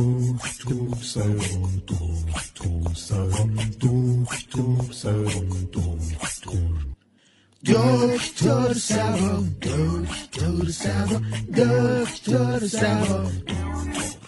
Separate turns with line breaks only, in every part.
دکتر سرم دکتر سرم دکتر سرم دکتر دکتر سرم دکتر سرم دکتر سرم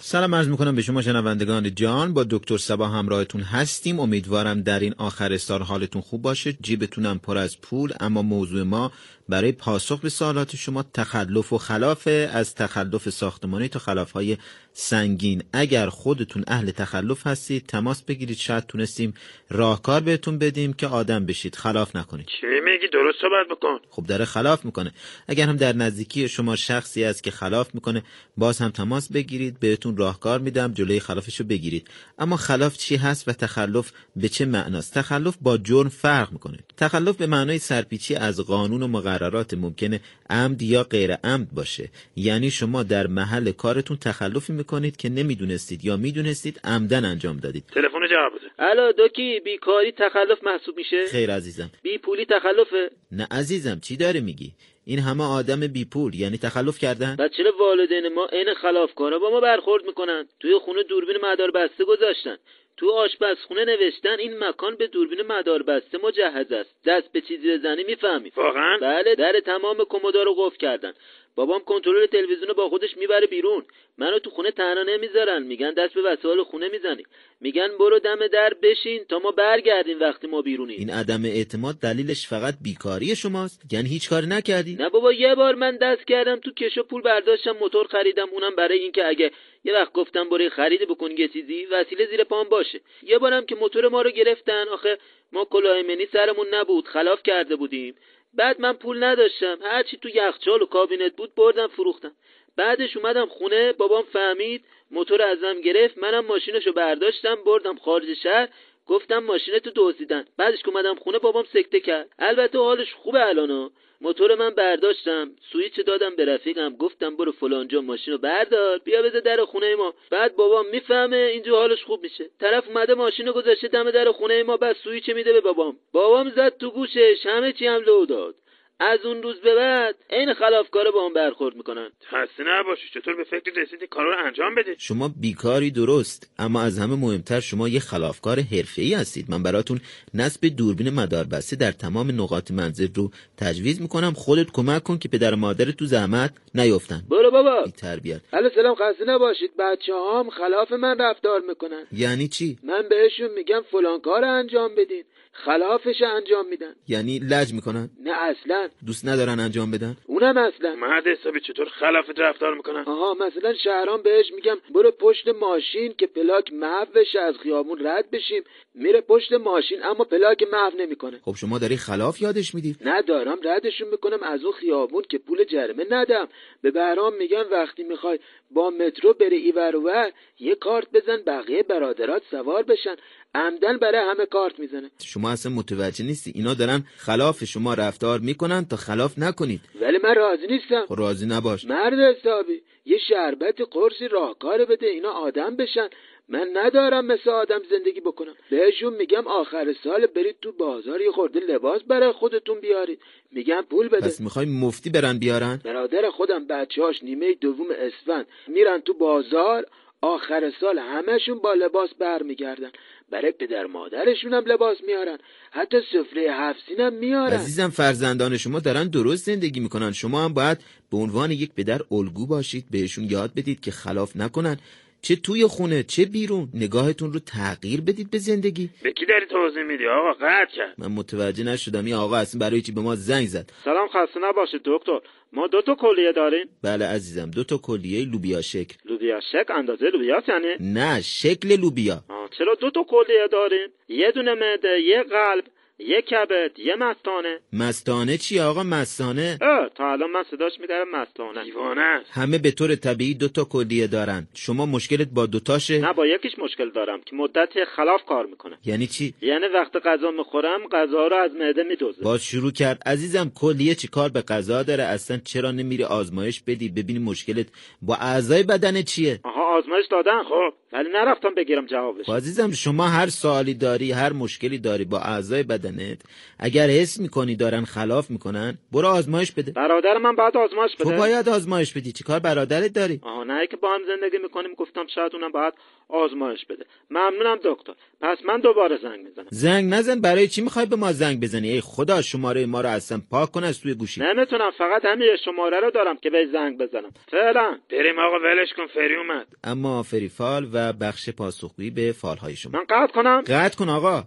سلام عرض میکنم به شما شنوندگان جان با دکتر سبا همراهتون هستیم امیدوارم در این آخر سال حالتون خوب باشه جیبتونم پر از پول اما موضوع ما برای پاسخ به سوالات شما تخلف و خلافه از تخلف ساختمانی تا خلافهای سنگین اگر خودتون اهل تخلف هستید تماس بگیرید شاید تونستیم راهکار بهتون بدیم که آدم بشید خلاف نکنید
چی میگی درست صحبت بکن
خب داره خلاف میکنه اگر هم در نزدیکی شما شخصی است که خلاف میکنه باز هم تماس بگیرید بهتون راهکار میدم جلوی خلافش رو بگیرید اما خلاف چی هست و تخلف به چه معناست تخلف با جرم فرق میکنه تخلف به معنای سرپیچی از قانون و مقررات ممکنه عمد یا غیر عمد باشه یعنی شما در محل کارتون تخلفی میکنید که نمیدونستید یا میدونستید عمدن انجام دادید
تلفن جواب بده
الو دکی بیکاری تخلف محسوب میشه
خیر عزیزم
بی پولی تخلفه
نه عزیزم چی داره میگی این همه آدم بی پول یعنی تخلف کردن
و چرا والدین ما عین خلافکارا با ما برخورد میکنن توی خونه دوربین مدار بسته گذاشتن تو آشپزخونه نوشتن این مکان به دوربین مدار بسته مجهز است دست به چیزی بزنی میفهمی
واقعا
بله در تمام کمودا رو قفل کردن بابام کنترل تلویزیون رو با خودش میبره بیرون منو تو خونه تنها نمیذارن میگن دست به وسایل خونه میزنی میگن برو دم در بشین تا ما برگردیم وقتی ما بیرونیم
این عدم اعتماد دلیلش فقط بیکاری شماست یعنی هیچ کاری نکردی
نه بابا یه بار من دست کردم تو کشو پول برداشتم موتور خریدم اونم برای اینکه اگه یه وقت گفتم برای خرید بکن یه چیزی وسیله زیر پام باشه یه بارم که موتور ما رو گرفتن آخه ما کلاهمنی سرمون نبود خلاف کرده بودیم بعد من پول نداشتم هرچی تو یخچال و کابینت بود بردم فروختم بعدش اومدم خونه بابام فهمید موتور ازم گرفت منم ماشینشو برداشتم بردم خارج شهر گفتم ماشینتو دزدیدن بعدش که اومدم خونه بابام سکته کرد البته حالش خوبه الانو موتور من برداشتم سویچ دادم به رفیقم گفتم برو فلانجا ماشین رو بردار بیا بذار در خونه ما بعد بابام میفهمه اینجا حالش خوب میشه طرف اومده ماشین رو گذاشته دم در خونه ما بعد سویچ میده به بابام بابام زد تو گوشش همه چی هم لو داد از اون روز به بعد عین خلافکارا با هم برخورد میکنن
خسته نباشی چطور به فکر رسیدی کارا رو انجام بده
شما بیکاری درست اما از همه مهمتر شما یه خلافکار حرفه‌ای هستید من براتون نصب دوربین مداربسته در تمام نقاط منزل رو تجویز میکنم خودت کمک کن که پدر و مادر تو زحمت نیفتن
برو بابا
بی تربیت
الو سلام خسته نباشید بچه هم خلاف من رفتار میکنن
یعنی چی
من بهشون میگم فلان کار رو انجام بدین خلافش رو انجام میدن
یعنی لج میکنن
نه اصلا
دوست ندارن انجام بدن
اونم اصلا
مرد حسابی چطور خلافت رفتار میکنن
آها مثلا شهران بهش میگم برو پشت ماشین که پلاک محو بشه از خیابون رد بشیم میره پشت ماشین اما پلاک محو نمیکنه
خب شما داری خلاف یادش میدی
ندارم ردشون میکنم از اون خیابون که پول جرمه ندم به بهرام میگم وقتی میخوای با مترو بره ایور اونور، یه کارت بزن بقیه برادرات سوار بشن عمدن برای همه کارت میزنه
شما اصلا متوجه نیستی اینا دارن خلاف شما رفتار میکنن تا خلاف نکنید
ولی من راضی نیستم
خب راضی نباش
مرد حسابی یه شربت قرصی راهکار بده اینا آدم بشن من ندارم مثل آدم زندگی بکنم بهشون میگم آخر سال برید تو بازار یه خورده لباس برای خودتون بیارید میگم پول بده
پس میخوای مفتی برن بیارن
برادر خودم بچه‌هاش نیمه دوم اسفند میرن تو بازار آخر سال همشون با لباس برمیگردن برای پدر مادرشون هم لباس میارن حتی سفره هفت هم میارن
عزیزم فرزندان شما دارن درست زندگی میکنن شما هم باید به عنوان یک پدر الگو باشید بهشون یاد بدید که خلاف نکنن چه توی خونه چه بیرون نگاهتون رو تغییر بدید به زندگی
به کی داری توضیح میدی آقا قطع کرد
من متوجه نشدم این آقا اصلا برای چی به ما زنگ زد
سلام خسته نباشید دکتر ما دو تا کلیه داریم
بله عزیزم دو تا کلیه لوبیا شکل
لوبیا شک اندازه لوبیا یعنی
نه شکل لوبیا
آه، چرا دو تا کلیه داریم یه دونه معده یه قلب یه کبد یه مستانه
مستانه چی آقا مستانه
اه تا الان من صداش میدارم مستانه
دیوانه است
همه به طور طبیعی دو تا کلیه دارن شما مشکلت با دوتاشه
نه با یکیش مشکل دارم که مدت خلاف کار میکنه
یعنی چی
یعنی وقت غذا میخورم غذا رو از معده میدوزه
باز شروع کرد عزیزم کلیه چی کار به قضا داره اصلا چرا نمیری آزمایش بدی ببینی مشکلت با اعضای بدن چیه
آها آزمایش دادن
خب
ولی نرفتم بگیرم جوابش
خب عزیزم شما هر سوالی داری هر مشکلی داری با اعضای بدنت اگر حس میکنی دارن خلاف میکنن برو آزمایش بده
برادر من بعد آزمایش
تو
بده
خب، باید آزمایش بدی چیکار برادرت داری
آها نه که با هم زندگی میکنیم گفتم شاید اونم باید آزمایش بده ممنونم دکتر پس من دوباره زنگ میزنم
زنگ نزن برای چی میخوای به ما زنگ بزنی ای خدا شماره ما رو اصلا پاک کن از توی گوشی
نمیتونم فقط همین یه شماره رو دارم که بهش زنگ بزنم فعلا
بریم آقا ولش کن فری اومد
اما فریفال و بخش پاسخگویی به فالهای شما
من قطع کنم
قطع کن آقا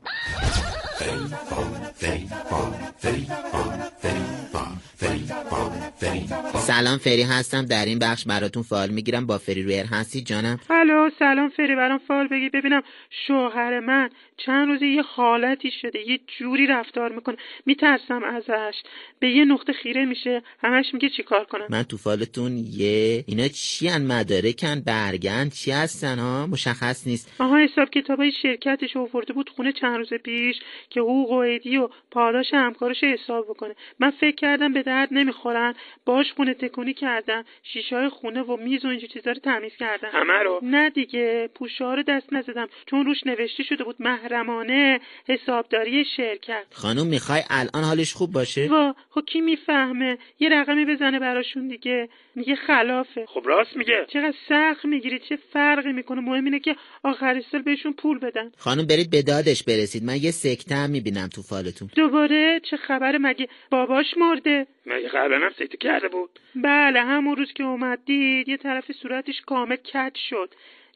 سلام فری هستم در این بخش براتون فال میگیرم با فری رویر هستی جانم
الو سلام فری برام فال بگی ببینم شوهر من چند روزه یه حالتی شده یه جوری رفتار میکنه میترسم ازش به یه نقطه خیره میشه همش میگه چیکار کنم
من تو فالتون یه اینا چی ان مدارکن برگن چی هستن ها مشخص نیست
آها حساب کتابای شرکتش رو آورده بود خونه چند روز پیش که حقوق و هدیه و پاداش همکارش رو حساب بکنه من فکر کردم به درد نمیخورن باش خونه تکونی کردم شیشه های خونه و میز و اینجور چیزا رو تمیز کردم
همه رو
نه دیگه پوشه رو دست نزدم چون روش نوشته شده بود محرمانه حسابداری شرکت
خانم میخوای الان حالش خوب باشه
وا خب کی میفهمه یه رقمی بزنه براشون دیگه میگه خلافه
خب راست میگه
چقدر سخت میگیری چه فرقی میکنه مهم اینه که آخر سال بهشون پول بدن
خانم برید به دادش برسید من یه سکته هم میبینم تو فالتون
دوباره چه خبر مگه باباش مرده
مگه قبلا هم سکته کرده بود
بله همون روز که اومد دید یه طرف صورتش کامل کج شد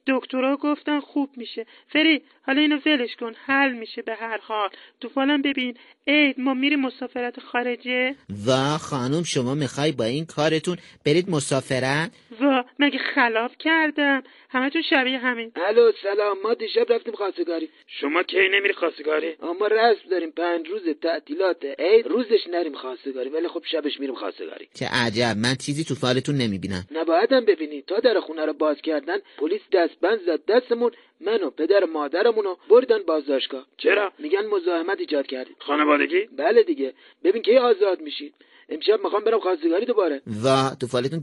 دکترها گفتن خوب میشه فری حالا اینو ولش کن حل میشه به هر حال تو فالم ببین عید ما میریم مسافرت خارجه
و خانم شما میخوای با این کارتون برید مسافرت
و مگه خلاف کردم همتون شبیه همین
الو سلام ما دیشب رفتیم خواستگاری
شما کی نمیری خواستگاری
اما رسم داریم پنج روز تعطیلات عید روزش نریم خواستگاری ولی خب شبش میریم خواستگاری
چه عجب من چیزی تو فالتون نمیبینم
نباید هم ببینی تا در خونه رو باز کردن پلیس دستبند زد دستمون من و پدر و مادرمون رو بردن بازداشتگاه
چرا
میگن مزاحمت ایجاد کردیم
خانوادگی
بله دیگه ببین کی آزاد میشید امشب میخوام برم خواستگاری دوباره
و تو فالتون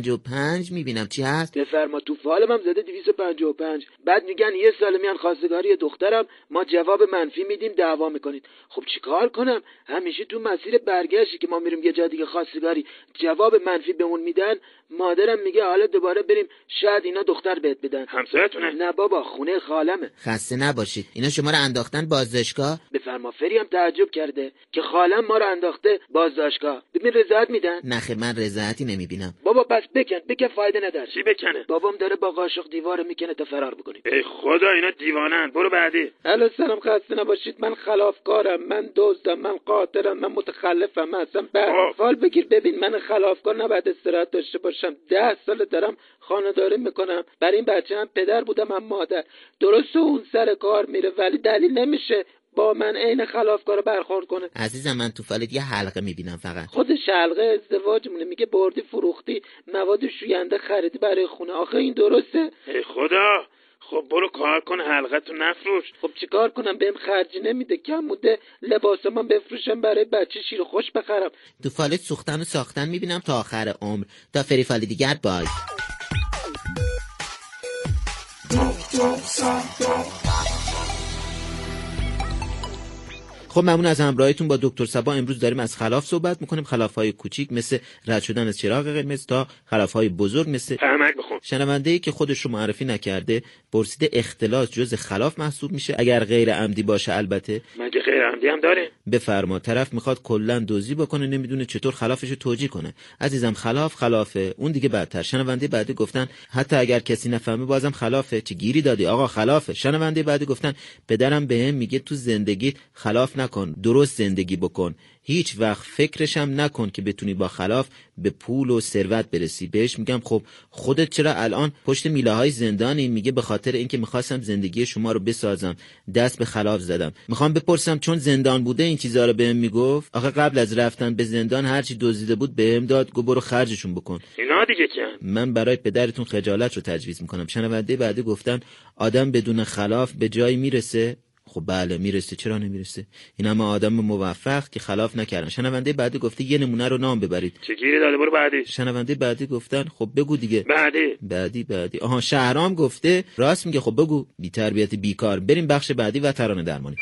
255 میبینم چی هست
بفرما تو فالم هم زده 255 بعد میگن یه سال میان خواستگاری دخترم ما جواب منفی میدیم دعوا میکنید خب چیکار کنم همیشه تو مسیر برگشتی که ما میریم یه جا دیگه خواستگاری جواب منفی به اون میدن مادرم میگه حالا دوباره بریم شاید اینا دختر بهت بدن
همسایتونه
نه بابا خونه خالمه
خسته نباشید اینا شما رو انداختن بازداشتگاه
بفرما فری هم تعجب کرده که خالم ما رو انداخته بازداشتگاه ببین رضایت میدن
نخیر من رضایتی نمیبینم
بابا پس بکن بکن فایده نداره
چی بکنه
بابام داره با قاشق دیوار میکنه تا فرار بکنیم
ای خدا اینا دیوانن برو بعدی
الو سلام خسته نباشید من خلافکارم من دزدم من قاتلم من متخلفم من اصلا
آه.
بعد فال بگیر ببین من خلافکار نباید استراحت داشته باشم ده سال دارم خانهداری میکنم برای این بچه هم پدر بودم هم مادر درسته اون سر کار میره ولی دلیل نمیشه با من عین خلافکار رو برخورد کنه
عزیزم من تو فالت یه حلقه میبینم فقط
خودش حلقه ازدواجمونه میگه بردی فروختی مواد شوینده خریدی برای خونه آخه این درسته
ای خدا خب برو کار کن حلقه تو نفروش
خب چیکار کنم بهم خرجی نمیده کم بوده لباس من بفروشم برای بچه شیر خوش بخرم
تو فالت سوختن و ساختن میبینم تا آخر عمر تا فری فال دیگر بای خب ممنون از همراهیتون با دکتر سبا امروز داریم از خلاف صحبت میکنیم خلاف های کوچیک مثل رد شدن از چراغ قرمز تا خلاف های بزرگ مثل
احمد بخون
شنونده ای که خودش رو معرفی نکرده پرسیده اختلاس جز خلاف محسوب میشه اگر غیر عمدی باشه البته
مگه غیر عمدی هم داره
بفرما طرف میخواد کلا دزدی بکنه نمیدونه چطور خلافش رو توجیه کنه عزیزم خلاف خلافه اون دیگه بدتر شنونده بعدی گفتن حتی اگر کسی نفهمه بازم خلافه چه گیری دادی آقا خلافه شنونده بعدی گفتن پدرم بهم میگه تو زندگی خلاف نکن درست زندگی بکن هیچ وقت فکرشم نکن که بتونی با خلاف به پول و ثروت برسی بهش میگم خب خودت چرا الان پشت میله های زندانی میگه به خاطر اینکه میخواستم زندگی شما رو بسازم دست به خلاف زدم میخوام بپرسم چون زندان بوده این چیزا رو بهم میگفت آخه قبل از رفتن به زندان هرچی دزدیده بود بهم داد گو برو خرجشون بکن
اینا دیگه کن
من برای پدرتون خجالت رو تجویز میکنم شنونده بعدی گفتن آدم بدون خلاف به جایی میرسه خب بله میرسه چرا نمیرسه این همه آدم موفق که خلاف نکردن شنونده بعدی گفته یه نمونه رو نام ببرید
چه گیری داده برو بعدی
شنونده بعدی گفتن خب بگو دیگه
بعدی
بعدی بعدی آها شهرام گفته راست میگه خب بگو بی تربیت بیکار بریم بخش بعدی و ترانه درمانی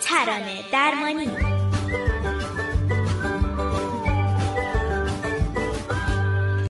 ترانه درمانی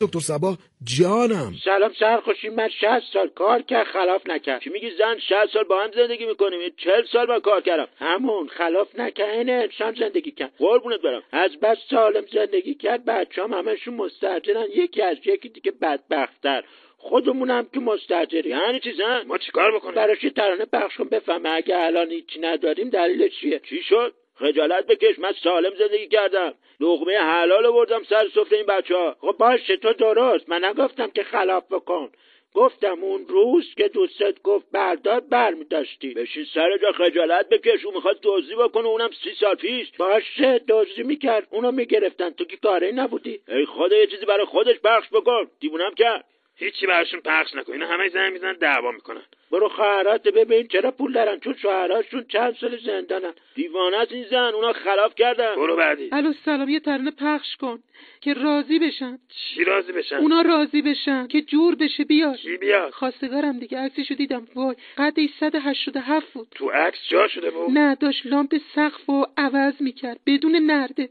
دکتر سبا جانم
سلام سرخوشی من 60 سال کار کرد خلاف نکرد چی میگی زن 60 سال با هم زندگی میکنیم این 40 سال من کار کردم همون خلاف نکرد این انسان زندگی کرد قربونت برم از بس سالم زندگی کرد بچه‌ام همشون مستعجلن یکی از یکی دیگه بدبختتر خودمونم که مستجری یعنی هر چیز هم
ما چیکار بکنیم
براش یه ترانه پخش کن بفهمه اگه الان هیچی نداریم دلیلش چیه چی شد خجالت بکش من سالم زندگی کردم لقمه حلال آوردم سر سفره این بچه ها خب باشه تو درست من نگفتم که خلاف بکن گفتم اون روز که دوستت گفت بردار بر داشتی بشین سر جا خجالت بکش اون میخواد دزدی بکنه اونم سی سال پیش باشه دزدی میکرد اونو میگرفتن تو که کاری نبودی ای خدا یه چیزی برای خودش پخش بکن دیوونم کرد
هیچی براشون پخش نکن اینا همه زنگ میزنن دعوا میکنن
برو خواهرات ببین چرا پول دارن چون شوهراشون چند سال زندانن دیوانه است این زن اونا خلاف کردن
برو بعدی
الو سلام یه ترانه پخش کن که راضی بشن
چی راضی بشن
اونا راضی بشن که جور بشه بیاد
چی بیاد
خواستگارم دیگه عکسشو دیدم وای قدش 187 بود
تو عکس جا شده بود
نه داشت لامپ سقف و عوض میکرد بدون نرده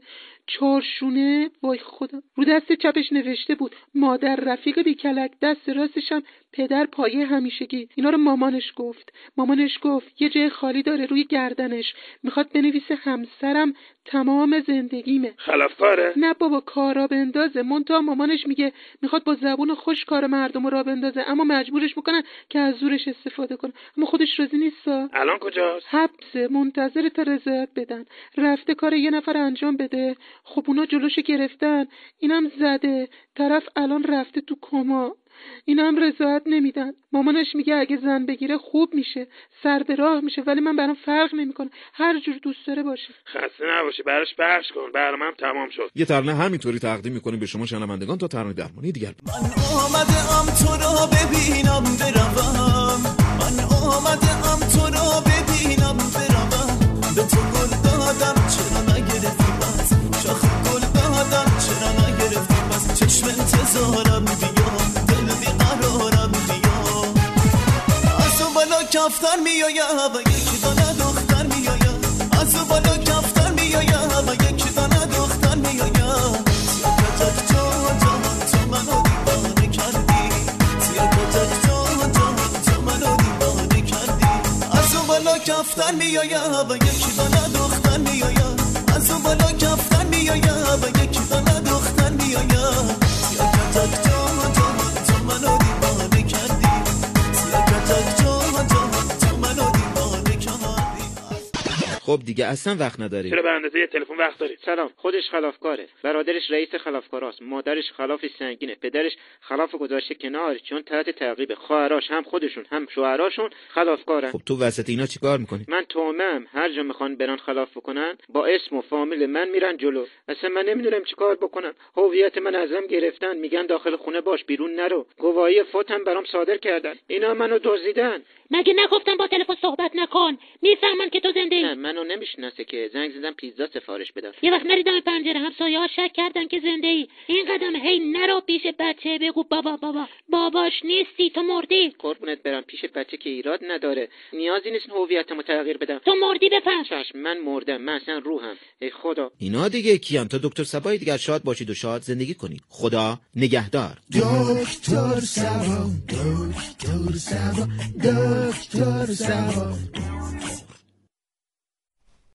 چارشونه وای خدا رو دست چپش نوشته بود مادر رفیق بیکلک دست راستش هم پدر پایه همیشگی اینا رو مامانش گفت مامانش گفت یه جای خالی داره روی گردنش میخواد بنویسه همسرم تمام زندگیمه
خلافکاره
نه بابا کارا بندازه مونتا مامانش میگه میخواد با زبون خوش کار مردم رو را بندازه اما مجبورش میکنن که از زورش استفاده کنه اما خودش راضی نیستا
الان کجاست
حبسه منتظر تا رضایت بدن رفته کار یه نفر انجام بده خب اونا جلوش گرفتن اینم زده طرف الان رفته تو کما اینم رضایت نمیدن مامانش میگه اگه زن بگیره خوب میشه سر به راه میشه ولی من برام فرق نمیکنه هر جور دوست داره باشه
خسته نباشی براش پخش کن برنامه‌ام تمام شد
یه ترانه همینطوری تقدیم میکنیم به شما شنوندگان تا ترانه درمانی دیگر
من آمده ام تو را ببینم بروم من آمده ام تو را ببینم بروم به تو گل دادم چرا نگرفتی بس شاخ گل دادم چرا نگرفتی بس چشم انتظارم بیا دل بیقرارم بیا از اون بالا کفتر میایم و یکی دانه دختر میایم از اون بالا کفتر میایم و یکی دانه دختر میایم سیا کتک جان جان تو منو دیوانه کردی سیا کتک جان جان تو منو دیوانه کردی از اون بالا کفتر میایم و یکی دانه دختر میایم از اون بالا کفتر میایم و یکی دانه دختر میایم سیا کتک جان جان تو منو دیوانه کردی سیا کتک جان جان تو منو دیوانه کردی
خب دیگه اصلا وقت نداریم
چرا به اندازه یه تلفن وقت داری
سلام خودش خلافکاره برادرش رئیس خلافکاراست مادرش خلافش سنگینه پدرش خلاف گذاشته کنار چون تحت تعقیبه خواهراش هم خودشون هم شوهراشون خلافکارن
خب تو وسط اینا چیکار میکنی
من تومم هر جا میخوان برن خلاف بکنن با اسم و فامیل من میرن جلو اصلا من نمیدونم چیکار بکنم هویت من ازم گرفتن میگن داخل خونه باش بیرون نرو گواهی فوتم برام صادر کردن اینا منو دزدیدن
مگه نگفتم با تلفن صحبت نکن میفهمن که تو زنده
نه
ای
منو نمیشناسه که زنگ زدم پیزا سفارش بدم
یه وقت نری دم پنجره همسایه ها شک کردن که زنده ای این قدم هی نرو پیش بچه بگو بابا بابا باباش نیستی تو مردی
قربونت برم پیش بچه که ایراد نداره نیازی نیست هویتمو تغییر بدم
تو مردی بفهم
چشم من مردم من اصلا روحم ای خدا
اینا دیگه کیان تا دکتر سبایی دیگر شاد باشید و شاد زندگی کنید خدا نگهدار
دکتر سبا دکتر سبا دکتر سبا